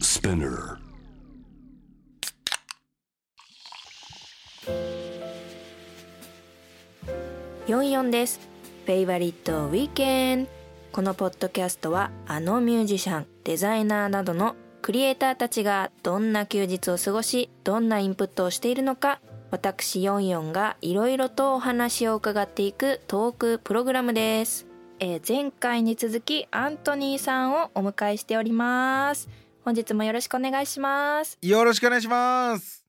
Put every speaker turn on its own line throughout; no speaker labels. Spinner.
44です。フェイバリットウィーケンこのポッドキャストはあのミュージシャン、デザイナーなどのクリエイターたちがどんな休日を過ごし、どんなインプットをしているのか、私44がいろいろとお話を伺っていくトークプログラムです。えー前回に続きアントニーさんをお迎えしております。本日もよろしくお願いします。
よろしくお願いします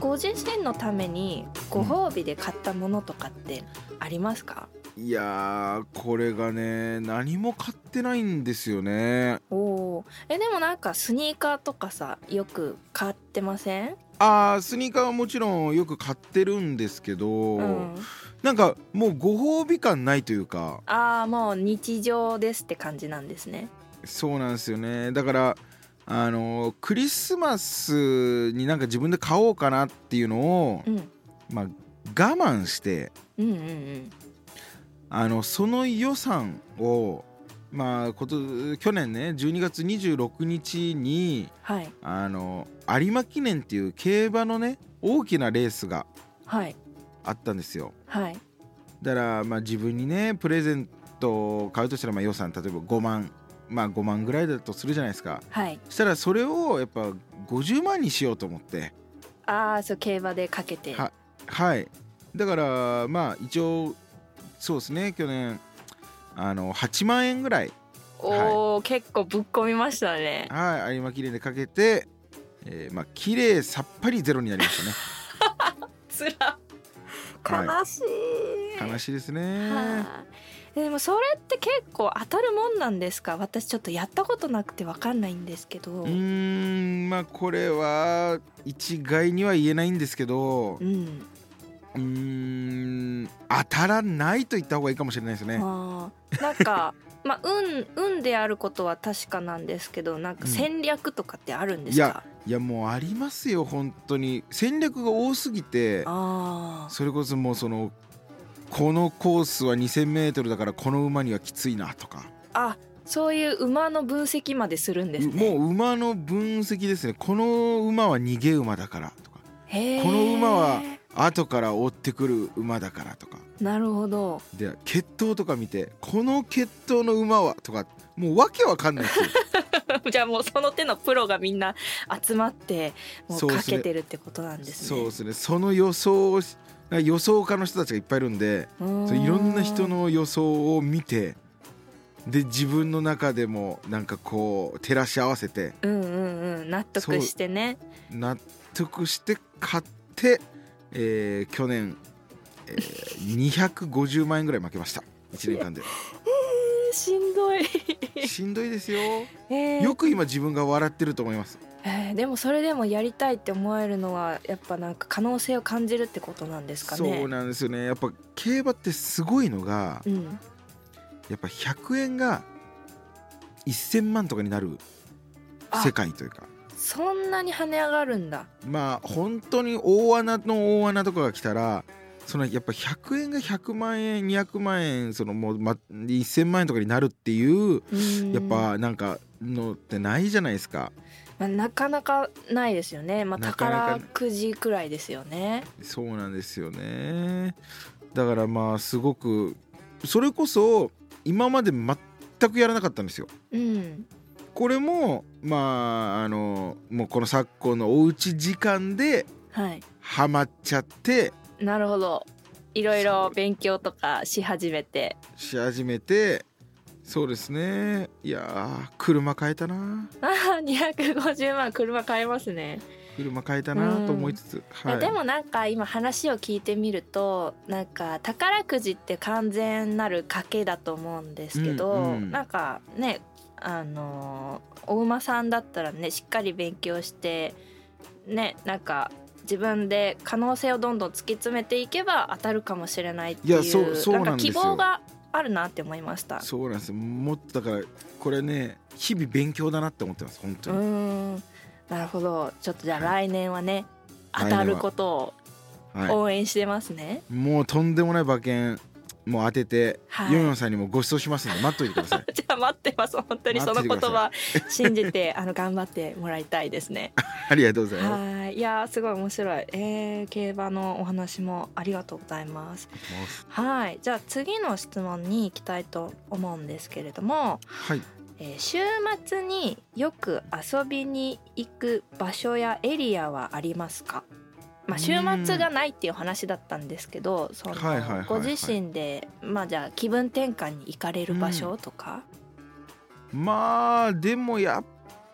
ご自身のためにご褒美で買ったものとかってありますか、
いやーこれがね何も買ってないんですよね
おーえでもなんかスニーカーとかさよく買ってません、
あースニーカーはもちろんよく買ってるんですけど、
うん、
なんかもうご褒美感ないというか
ああもう日常ですって感じなんですね
そうなんですよねだからあのークリスマスになんか自分で買おうかなっていうのを
う、ん
まあ、我慢して
うんうんうん
あのその予算をまあこと去年ね12月26日に
はい
あの有馬記念っていう競馬のね大きなレースが
はい
あったんですよ
はい
だからまあ自分にねプレゼントを買うとしたらまあ予算例えば5万まあ5万ぐらいだとするじゃないですか
はい
そしたらそれをやっぱ50万にしようと思って
ああそう競馬でかけて
ははいだからまあ一応そうですね去年あの8万円ぐらい、
おお、結構ぶっ込みましたね
はい、有馬記念でかけて、えーまあ綺麗さっぱりゼロになりましたね
つら
は
悲しい、
悲しいですね
はいでもそれって結構当たるもんなんですか私ちょっとやったことなくてわかんないんですけど
うーんまあこれは一概には言えないんですけど
うん
うーん当たらないと言った方がいいかもしれないですね。
あーなんか まあ運運であることは確かなんですけどなんか戦略とかってあるんですか、
いやもうありますよ本当に戦略が多すぎて
あー
それこそもうそのこのコースは 2,000m だからこの馬にはきついなとか、
あそういう馬の分析までするんですね
もう馬の分析ですねこの馬は逃げ馬だからとか
へー
この馬は後から追ってくる馬だからとか
なるほど
で血統とか見てこの血統の馬はとかもうわけわかんないですよ
じゃあもうその手のプロがみんな集まってもう
そうで
か
すね
けてるってことなん です
そう
ね
で。すねその予想をし予想家の人たちがいっぱいいるんで
うーん
そういろんな人の予想を見てで自分の中でもなんかこう照らし合わせて
うんうんうん納得してね
納得して買って、えー去年、えー250万円ぐらい負けました1年 間で
えーしんどい、
しんどいですよ
えー
よく今自分が笑ってると思います
えーでもそれでもやりたいって思えるのはやっぱなんか可能性を感じるってことなんですかね。
そうなんですよねやっぱ競馬ってすごいのが
うん、
やっぱ100円が1000万とかになる世界というか
そんなに跳ね上がるんだ。
まあ本当に大穴の大穴とかが来たらそのやっぱ100円が100万円200万円そのもう、ま、1000万円とかになるっていう
うーん
やっ、ぱなんかのってないじゃないですか
まあ、なかなかないですよね。まあ、
なかなか
宝くじくらいですよね。
そうなんですよねだからまあすごくそれこそ今まで全くやらなかったんですよ
うん、
これもまああのもうこの昨今のおうち時間で
はい、
ハマっちゃって
なるほど。いろいろ勉強とかし始めて。
し始めてそうですねいやー車変えたな
ああ、二百五十万車買えますね。
車変えたなと思いつつ、はい
いやでもなんか今話を聞いてみるとなんか宝くじって完全なる賭けだと思うんですけど、
うんうん
なんかねあのーお馬さんだったらねしっかり勉強してねなんか自分で可能性をどんどん突き詰めていけば当たるかもしれないっていう
いやそうそうなんですよ
か希望があるなって思いました。
そうなんですよもっとだからこれね日々勉強だなって思ってます本
う
当に、
ーんなるほどちょっとじゃあ来年はね、
はい
当たることを
は
応援してますね。
い、もうとんでもない馬券もう当てて、
はい
ヨンヨンさんにもご馳走しますので待っといてくだ さい
じゃあ待ってます本当にその言葉信じて あの頑張ってもらいたいですね。
ありがとうございま
はいいやーすごい面白い、えー、競馬のお話もありがとうございます。
す
はいじゃあ次の質問に行きたいと思うんですけれども、
はい
えー週末によく遊びに行く場所やエリアはありますか、まあ、週末がないっていう話だったんですけどその
はいはいはいはい
ご自身で、まあ、じゃあ気分転換に行かれる場所とか、
まあでもやっ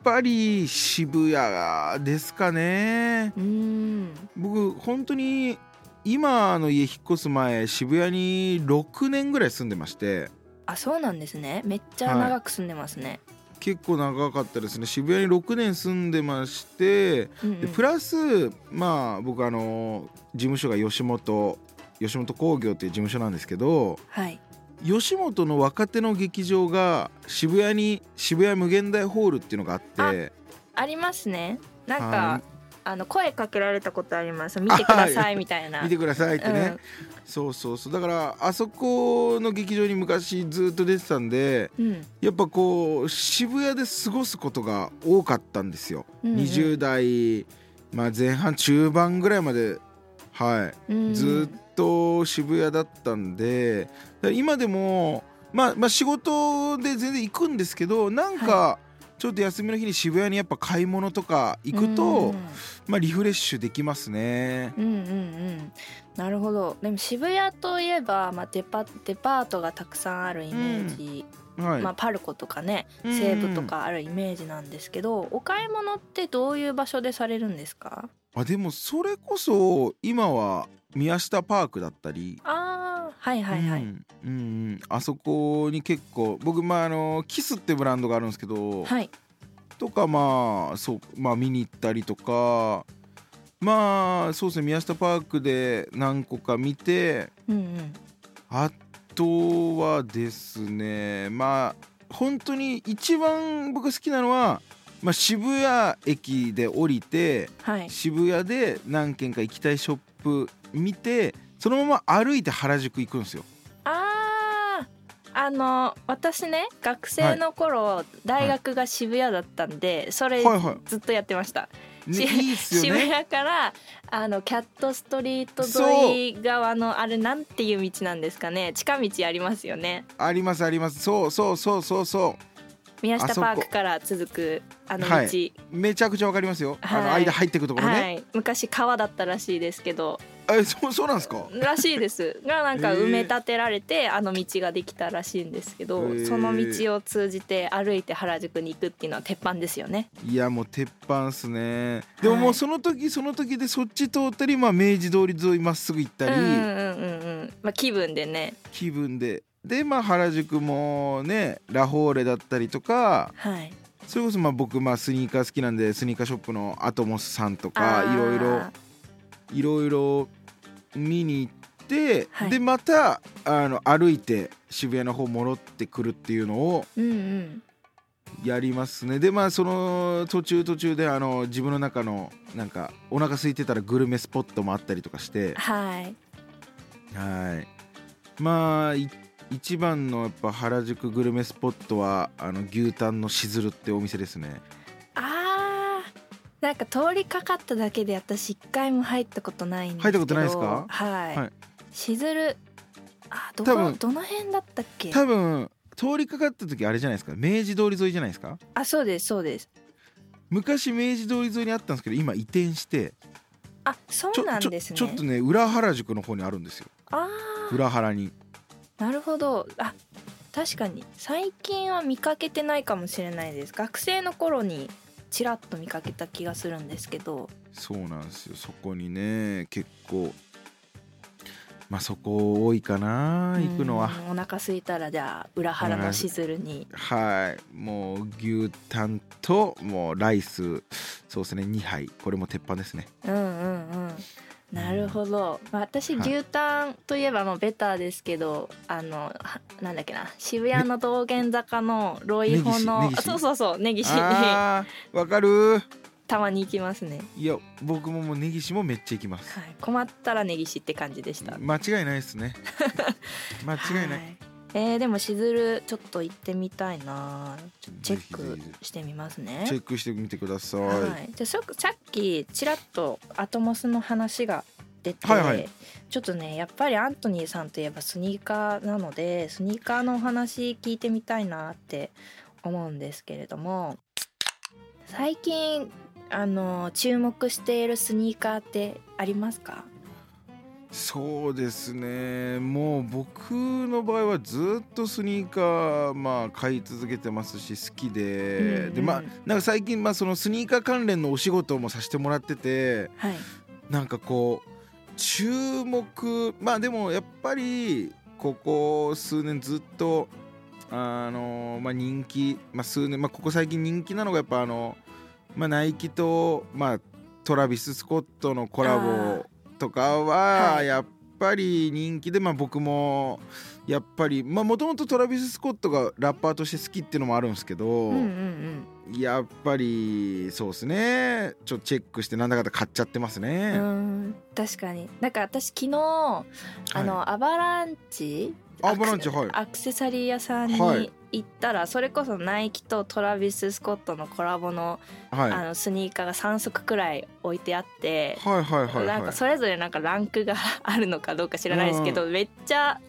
ぱり渋谷ですかね
うーん
僕本当に今の家引っ越す前渋谷に6年ぐらい住んでまして
あそうなんですねめっちゃ長く住んでますね、
結構長かったですね渋谷に6年住んでまして
うんうん
でプラスまあ僕あの事務所が吉本吉本興業っていう事務所なんですけど
はい
吉本の若手の劇場が渋谷に渋谷無限大ホールっていうのがあって
ありますねなんか、
はい
あの声かけられたことあります見てくださいみたいな
見てくださいってね、
うん
そうそうそうだからあそこの劇場に昔ずっと出てたんで
うん
やっぱこう渋谷で過ごすことが多かったんですよ、
うんうん
20代、まあ、前半中盤ぐらいまではい
うん
ずっと渋谷だったんでだから今でも、まあ、まあ仕事で全然行くんですけどなんかちょっと休みの日に渋谷にやっぱ買い物とか行くと、まあ、リフレッシュできますね。
うんうんうんうんなるほどでも渋谷といえば、まあ、デパデパートがたくさんあるイメージ、
はい
まあ、パルコとかね
うん
西武とかあるイメージなんですけど、お買い物ってどういう場所でされるんですか
あでもそれこそ今は宮下パークだったり。
あーはいはいはい、
うんうんうんあそこに結構僕まああのキスってブランドがあるんですけど、
はい
とかまあそうまあ見に行ったりとかまあそうですね宮下パークで何個か見て
うんうん
あとはですねまあ本当に一番僕好きなのは、まあ、渋谷駅で降りて
はい
渋谷で何軒か行きたいショップ見てそのまま歩いて原宿行くんですよ。
あーあの私ね学生の頃、大学が渋谷だったんで、それ
はいは
ずっとやってました、
い、ね、
し
いいっすよ
渋
ね。
谷からあのキャットストリート沿い側のあれなんていう道なんですかね近道ありますよね
ありますありますそうそうそうそうそう
宮下
あそ
パ
こ
ークから続くあの道
はいめちゃくちゃわかりますよ、あの
はい
間入ってくところね、
はい、昔川だったらしいですけど
えそうそうなんですから
しいです がなんか
えー
埋め立てられて、あの道ができたらしいんですけど、
えー
その道を通じて歩いて原宿に行くっていうのは鉄板ですよね。
いやもう鉄板っすねでも
はい
もうその時その時でそっち通ったり、まあ、明治通り沿いまっすぐ行っ
う
た
んう
り、
んうんうん、まあ気分でね。
気分ででまあ原宿もねラフォーレだったりとか
はい。
それこそまあ僕まあスニーカー好きなんでスニーカーショップのアトモスさんとか
ー
いろいろいろいろ見に行って、
はい
でまたあの歩いて渋谷の方戻ってくるっていうのを
うんうん。
やりますねでまあその途中途中であの自分の中のなんかお腹空いてたらグルメスポットもあったりとかして
はい。
はいまあい一番のやっぱ原宿グルメスポットはあの牛タンのしずるってお店ですね
あーなんか通りかかっただけで私一回も入ったことないんです
入
け
っ
ど
たことないですか
はい、
はい
しずるあど
多
こ
分
どの辺だったっけ
多分通りかかった時あれじゃないですか明治通り沿いじゃないですか
あそうですそうです
昔明治通り沿いにあったんですけど今移転して
あそ
ちょ
うなん
ちょ
ですね
ちょっとね裏原宿の方にあるんですよ
あー
裏原に
なるほどあ確かに最近は見かけてないかもしれないです学生の頃にちらっと見かけた気がするんですけど
そうなんですよそこにね結構まあそこ多いかな行くのは
うんお腹空いたらじゃあ裏腹のしずるに
はいもう牛タンともうライスそうですね2杯これも鉄板ですね
うんうんうんなるほど、まあ、私
はい
牛タンといえばもうベターですけど、あのはなんだっけな渋谷の道玄坂のロイホの
ね
あそうそうそう根岸に
あーわかる
たまに行きますね
いや僕ももう根岸もめっちゃ行きます
はい困ったら根岸って感じでした
間違いないです ね間違いない、
はえーでもしずるちょっと行ってみたいなちょっとチェッ
ぜ
ク
ひぜひ
してみますね
チェックしてみてください、
はい、じゃあささっきちらっとアトモスの話が出て、
はいはい
ちょっとねやっぱりアントニーさんといえばスニーカーなのでスニーカーのお話聞いてみたいなって思うんですけれども最近あの注目しているスニーカーってありますか
そうですねもう僕の場合はずっとスニーカー、まあ、買い続けてますし好きで,、
うんうん
でまあ、なんか最近、まあ、そのスニーカー関連のお仕事もさせてもらってて
はい、
なんかこう注目まあでもやっぱりここ数年ずっとあの、まあ、人気、まあ、数年、まあ、ここ最近人気なのがやっぱあの、まあ、ナイキと、まあ、トラビス・スコットのコラボとか
あーは
はいやっぱり人気で、まあ、僕もやっぱりもともとトラビス・スコットがラッパーとして好きっていうのもあるんですけど、
うんうんうん
やっぱりそうですねちょっとチェックしてなんだかんだ買っちゃってますね。
うん確かになんか私昨日あの、アバランチ
アバランチはい
アクセサリー屋さん
はい
に行ったら、それこそナイキとトラビス・スコットのコラボの,、
はい、
あのスニーカーが3足くらい置いてあって、
はいはいはいはい
なんかそれぞれなんかランクがあるのかどうか知らないですけど、めっちゃ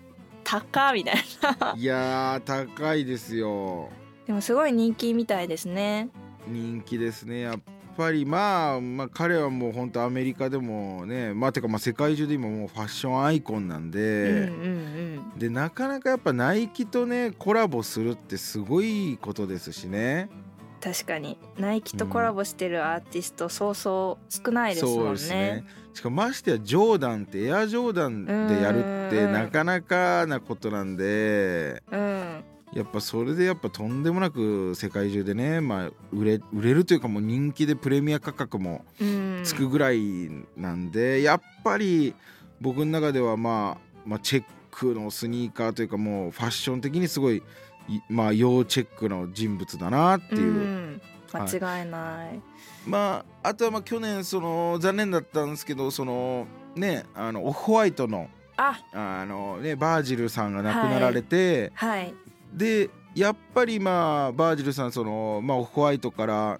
高みたいない
やー高いですよ
でもすごい人気みたいですね
人気ですねやっぱりまあ、まあ、彼はもう本当アメリカでもねまあてかまあ世界中で今もうファッションアイコンなんで
うん、うん
でなかなかやっぱナイキとねコラボするってすごいことですしね
うん確かにナイキとコラボしてるアーティストそうそう少ないです
そう
もん
です
ね
ねしかもましてやジョーダンってエアジョーダンでやるって
うん
なかなかなことなんで
うん
やっぱそれでやっぱとんでもなく世界中でね、まあ、売れ売れるというかもう人気でプレミア価格も
うん
つくぐらいなんで、やっぱり僕の中では、まあ、まあチェックのスニーカーというかもうファッション的にすごいいまあ要チェックの人物だなっていう、
ん間違いない、
まああとはまあ去年その残念だったんですけどそのねあのオフホワイトの
あ
あの、ね、バージルさんが亡くなられて、
はい
でやっぱりまあバージルさんその、まあ、オフホワイトから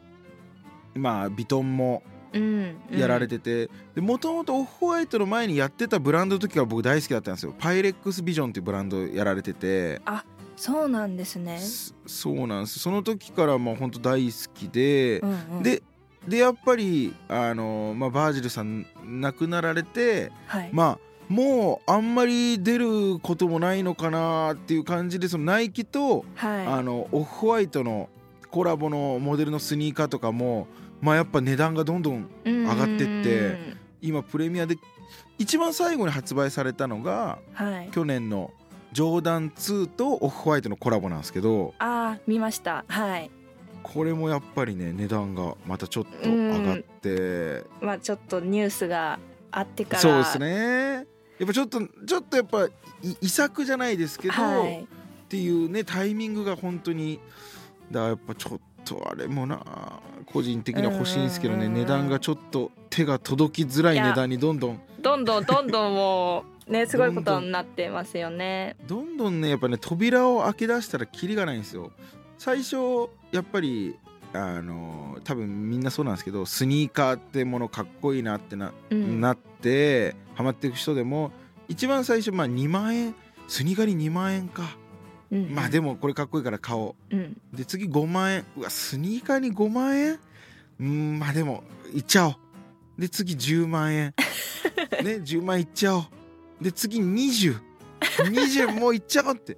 まあビトンも
うん
やられててもともとオフホワイトの前にやってたブランドの時から僕大好きだったんですよパイレックスビジョンっていうブランドやられてて
そうなんですね。
そそうなんですその時からもう本当大好きで
う、んうん、
ででやっぱりあの、まあ、バージルさん亡くなられて
はい、
まあもうあんまり出ることもないのかなっていう感じでそのナイキと
はい、
あのオフホワイトのコラボのモデルのスニーカーとかも、まあ、やっぱ値段がどんどん
上
上がってって今プレミアで一番最後に発売されたのが
はい。
去年のジョーダン2とオフホワイトのコラボなんですけど
あー見ました。はい。
これもやっぱりね値段がまたちょっと上がって
まあちょっとニュースがあってから。
そうです。ねやっぱちょっとちょっとやっぱい遺作じゃないですけど、
はい。
っていうねタイミングが本当にだからやっぱちょっとあれもな個人的には欲しいんですけど
うんうん
ね
うんうん
値段がちょっと手が届きづらい値段にどんどん
どんどんどんどんもう ねすごいことになってますよね。
どんどんねやっぱね扉を開け出したらキリがないんですよ最初やっぱりあの多分みんなそうなんですけどスニーカーってものかっこいいなってな,、
うん。
なってハマっていく人でも一番最初まあ2万円スニーカーに2万円か、
うん
まあでもこれかっこいいから買おう
うん
で次5万円うわスニーカーに5万円うーんまあでもいっちゃおうで次10 万円ね10万いっちゃおうで次2020もういっちゃおう って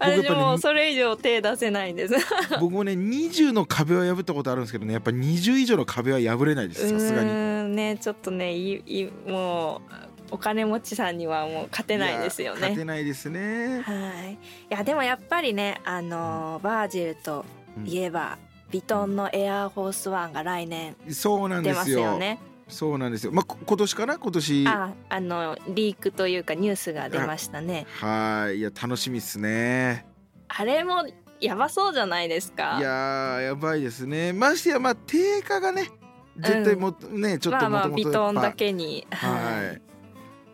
僕やっ
私
ぱり
もうそれ以上手出せないんです。
僕もね20の壁は破ったことあるんですけどねやっぱ20以上の壁は破れないですさすが
う
に。
ーんねちょっとねいいもうお金持ちさんにはもう勝てないですよ
いや
ね
勝。てないですね。
はい、いやでもやっぱりねあのーバージルといえば、ヴィトンのエアーホースワンが来年
そうなん
出
で
ますす
よ。
よね。
そうなんですよ。まあこ今年かな今年。
ああのリークというかニュースが出ましたね。
はいいや楽しみですね。
あれもやばそうじゃないですか。
いやーやばいですねましてやまあ定価がね絶対も、ねちょっ
ま
と
あまあ
も
ビ
と
トン
も
だ
と
けに
は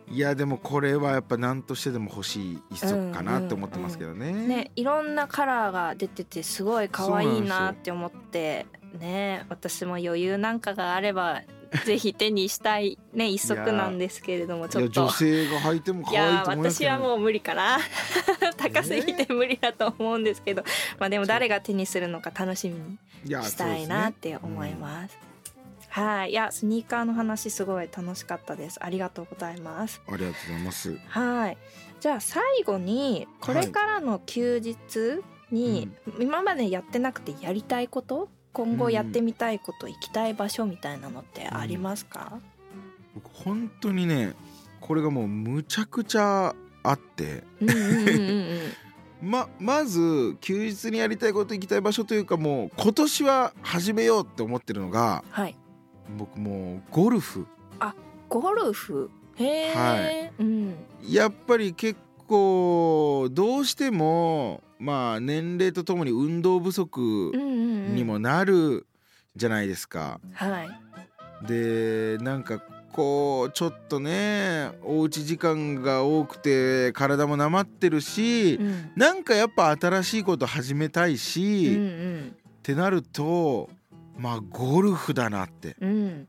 いいやでもこれはやっぱ何としてでも欲しい一足かなって思ってますけどね、
いねいろんなカラーが出ててすごい可愛いなって思ってね私も余裕なんかがあればぜひ手にしたいね一足なんですけれどもち
い
ょ
や
っと
女性が履いても
い
可愛い
や
と
ー
思います
私
けど
はもう無理かな 高すぎて無理だと思うんですけど、まあでも誰が手にするのか楽しみに
いや
したいなって思います。はい、いやスニーカーの話すごい楽しかったです。ありがとうございます。
そうですねありがとうございます
はい、じゃあ最後にこれからの休日に、今までやってなくてやりたいこと、今後やってみたいこと、行きたい場所みたいなのってありますか？
僕本当にねこれがもうむちゃくちゃあって
うんうんうんうんうん。
ままず休日にやりたいこと行きたい場所というかもう今年は始めようって思ってるのが
はい、
僕もうゴルフ
ゴルフ。へー
は
うん。
やっぱり結構どうしてもまあ年齢とともに運動不足
うんうんうん
にもなるじゃないですか。
はい。
でなんかこうちょっとねおうち時間が多くて体もなまってるし、
うん。
なんかやっぱ新しいこと始めたいうし、
ん
ってなるとまあゴルフだなって
うん。うん。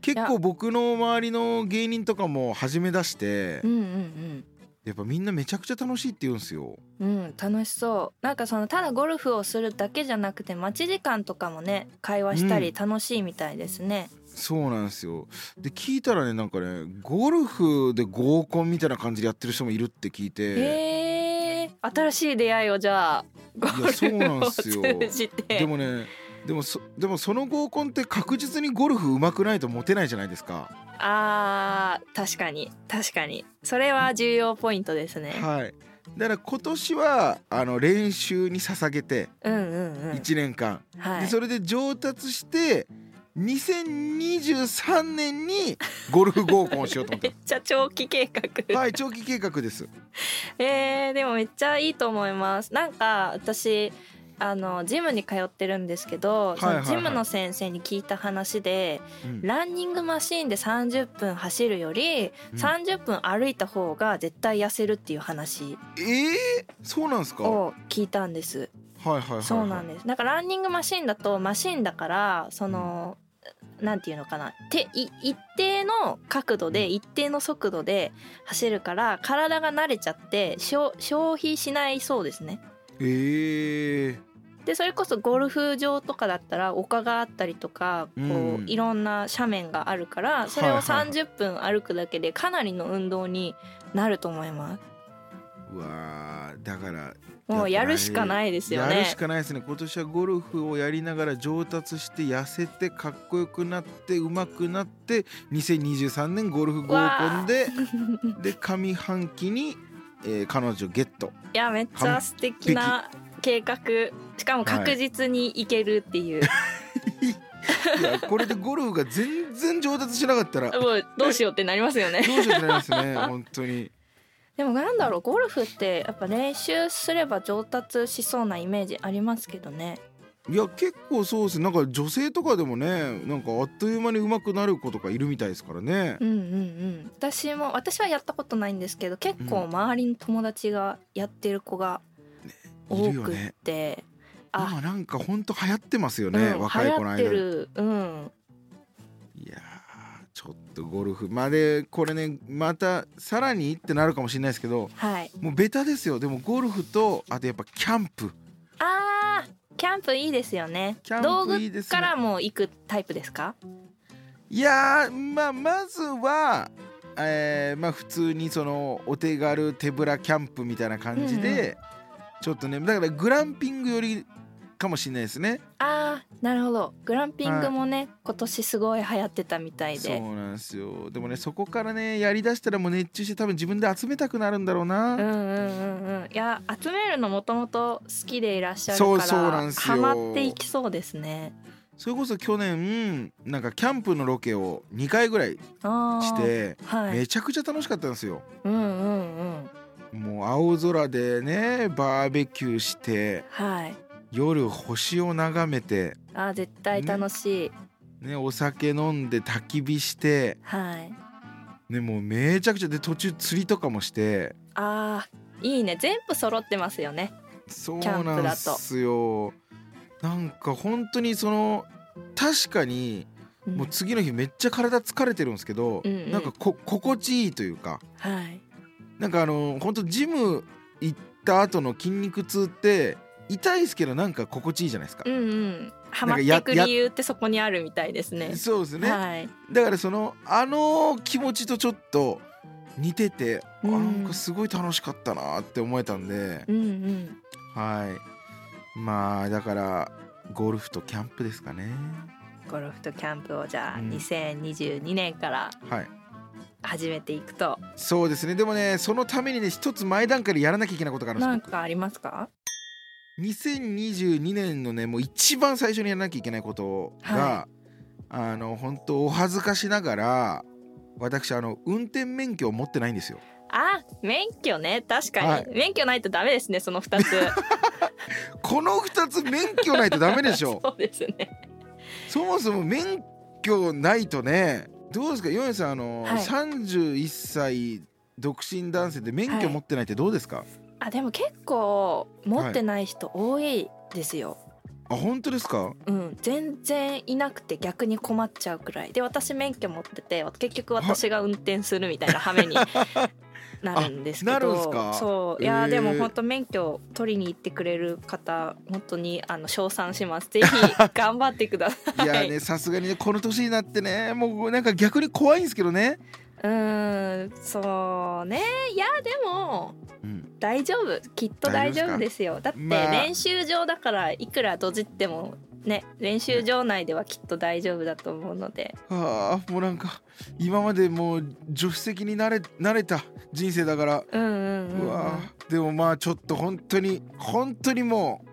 結構僕の周りの芸人とかも始め出して、
うんうんうん。
やっぱみんなめちゃくちゃ楽しいって言うんですよ。
うん、楽しそうなんかそのただゴルフをするだけじゃなくて待ち時間とかもね会話した
う
り
ん
楽しいみたいですね、
そうなんですよで聞いたらねなんかねゴルフで合コンみたいな感じでやってる人もいるって聞いて、
へえ新しい出会いをじゃあゴル
そうなん
フを
す
通
よ
じて
でもねでもそでもその合コンって確実にゴルフ上手くないとモテないじゃないですか。
あー確かに確かにそれは重要ポイントですね、
はいだから今年はあの練習に捧げて
うんうんうん
1年間、
は
で
い
それで上達して2023年にゴルフ合コンをしようと思っ
め
て
っちゃ長期計
ます
画、
はい長期計画です
えー、でもめっちゃいいと思いますなんか私あのジムに通ってるんですけど、
はいはいはい
そのジムの先生に聞いた話で
うん
ランニングマシーンで30分走るより
うん
30分歩いた方が絶対痩せるっていう話
えー、そうなんですかはい
を聞いたんです。
はいはい、はい、
そうなんです。なんかランニングマシーンだとマシーンだからその、なんていうのかなてい一定の角度で一定の速度で走るから体が慣れちゃって消消費しないそうですね。
ええ
でそれこそゴルフ場とかだったら丘があったりとかこう、
うん
いろんな斜面があるからそれを
はいはいはい
30分歩くだけでかなりの運動になると思います。
うわーだから
もうやるしかないですよ
やる
ね
し。かないですね今年はゴルフをやりながら上達して痩せてかっこよくなって上手くなって2023年ゴルフ合コン でで上半期に、えー彼女ゲット
いやめっちゃ素敵な計画しかも確実にいけるって いう、
いやこれでゴルフが全然上達しなかったらどう
もうどうしようってなりますよね
しようってなります ね本当に
でもなんだろうゴルフってやっぱ練習すれば上達しそうなイメージありますけどね
いや結構そうですねなんか女性とかでもねなんかあっという間に上手くなる子とかいるみたいですからね
うんうんうん私も私はやったことないんですけど結構周りの友達がやってる子が
い
多
るよ
くっ
ね
て、あ、
今なんかほんと流行ってますよ
う
ね、
ん、
若い
流
子の
行っ
間
て
で
るうん
いやーちょっとゴルフまあでこれねまたさらにってなるかもしれないですけど
はい
もうベタですよでもゴルフとあとやっぱキャンプ
あーキャンプいいですよね
キャ
道
ンプいい
具
です
か
ね
らも行くタイプですか
いやーまあまずは、えーまあ、普通にそのお手軽手ぶらキャンプみたいな感じ
うん
で、ちょっとねだからグランピングよりかもしれないですね
あーなるほどグランピングもね、今年すごい流行ってたみたい
そう
で
なんですよでもねそこからねやりだしたらもう熱中して多分自分で集めたくなるんだろうな、
うんうんうんうんいや集めるのもともと好きでいらっしゃるから
そうそうなんすよ
ハマっていきそうですね
それこそ去年なんかキャンプのロケを2回ぐらい
あー
して
はい
めちゃくちゃ楽しかったんですよ
うんうんうん
もう青空でねバーベキューして
はい
夜星を眺めて
あー絶対楽しい、
ね、お酒飲んで焚き火して、
はい
ね、もうめちゃくちゃで途中釣りとかもして
あーいいね全部揃ってますよね
そう
キャン
な
プ
んで
だと
すよなんか本当にその確かに
うん
もう次の日めっちゃ体疲れてるんですけど、
うんうん
なんかこ心地いいというか
はい
なんかあの本当ジム行った後の筋肉痛って痛いですけどなんか心地いいじゃないですか
う、んうんハマっ
な
て
んか
く
やや
理由ってそこにあるみたいですね
そうですね、
はい
だからそのあの気持ちとちょっと似てて、
うん
あなんかすごい楽しかったなって思えたんで、
うんうん
はいまあだからゴルフとキャンプですかね
ゴルフとキャンプをじゃあ
うん
2022年から
はい
始めていくと
そうですねでもねそのためにね一つ前段階でやらなきゃいけないことがあるんです
なん
よ
かありますか
2022年のねもう一番最初にやらなきゃいけないことが、
は
あの本当お恥ずかしながら私あの運転免許を持ってないんですよ
あ免許ね確かに、
はい
免許ないとダメですねその2つ
この2つ免許ないとダメでし ょ
そうですね
そもそも免許ないとねどうですかヨネさんあの、
はい
31歳独身男性で免許持ってないってどうですか、
あでも結構持ってない人多いですよ、
あ本当ですか
うん、全然いなくて逆に困っちゃうくらいで私免許持ってて結局私が運転するみたいな羽目 になるんですけ
あなるん
ど
すか
そうい
へ
や
ー
でも本当免許取りに行ってくれる方本当にあの称賛します ぜひ頑張ってください
いやねさすがにねこの年になってねもうなんか逆に怖いんですけどね、
うーんそうねいやでも
うん、
大丈夫きっと大丈夫ですよだって
まあ
練習場だからいくらドジってもね練習場内ではきっと大丈夫だと思うので
あーもうなんか今までもう助手席に慣れ慣れた人生だから
うんうんうん、うん、
うわーでもまあちょっと本当に本当にもう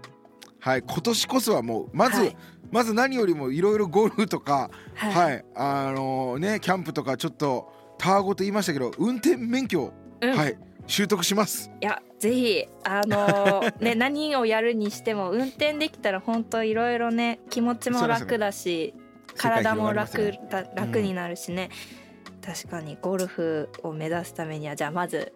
はい今年こそはもうまず、
はい
まず何よりもいろいろゴルフとか
は
はい、あのねキャンプとかちょっとタワゴと言いましたけど運転免許を、
うん
はい習得します
いやぜひあ のーね何をやるにしても運転できたら本当いろいろね気持ちも楽だし、体も
世界
楽
広がりますね
だ楽になるしね、確かにゴルフを目指すためにはじゃあまず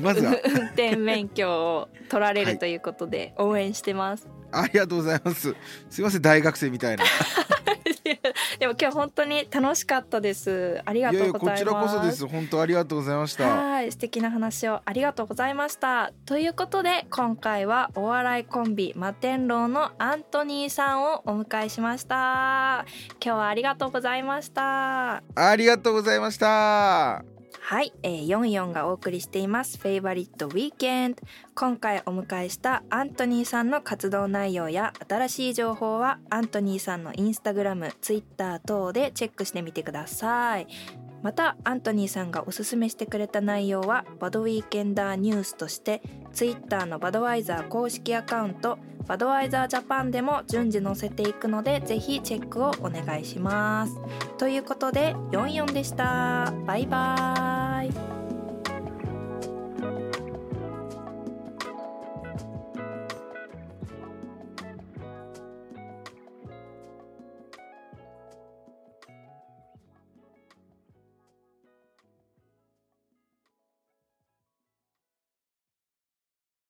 まずは
運転免許を取られ
は
る
い
ということで応援してます。
ありがとうございますすいません大学生みたいな
でも今日本当に楽しかったです。ありが
いや
と
いうや
ご
こ
ざ
ち
い
らこ
ます。
そです本当ありがとうございました
はい、素敵な話をありがとうございました。ということで、今回はお笑いコンビ摩天楼のアントニーさんをお迎えしました。今日はありがとうございました。
ありがとうございました
はい、えー、ヨンヨンがお送りしています。フェイバリットウィーケンド。今回お迎えしたアントニーさんの活動内容や新しい情報はアントニーさんのインスタグラム、ツイッター等でチェックしてみてください。またアントニーさんがおすすめしてくれた内容はバドウィーケンダーニュースとしてツイッターのバドワイザー公式アカウントバドワイザージャパンでも順次載せていくのでぜひチェックをお願いします。ということで44でした。バイバイ。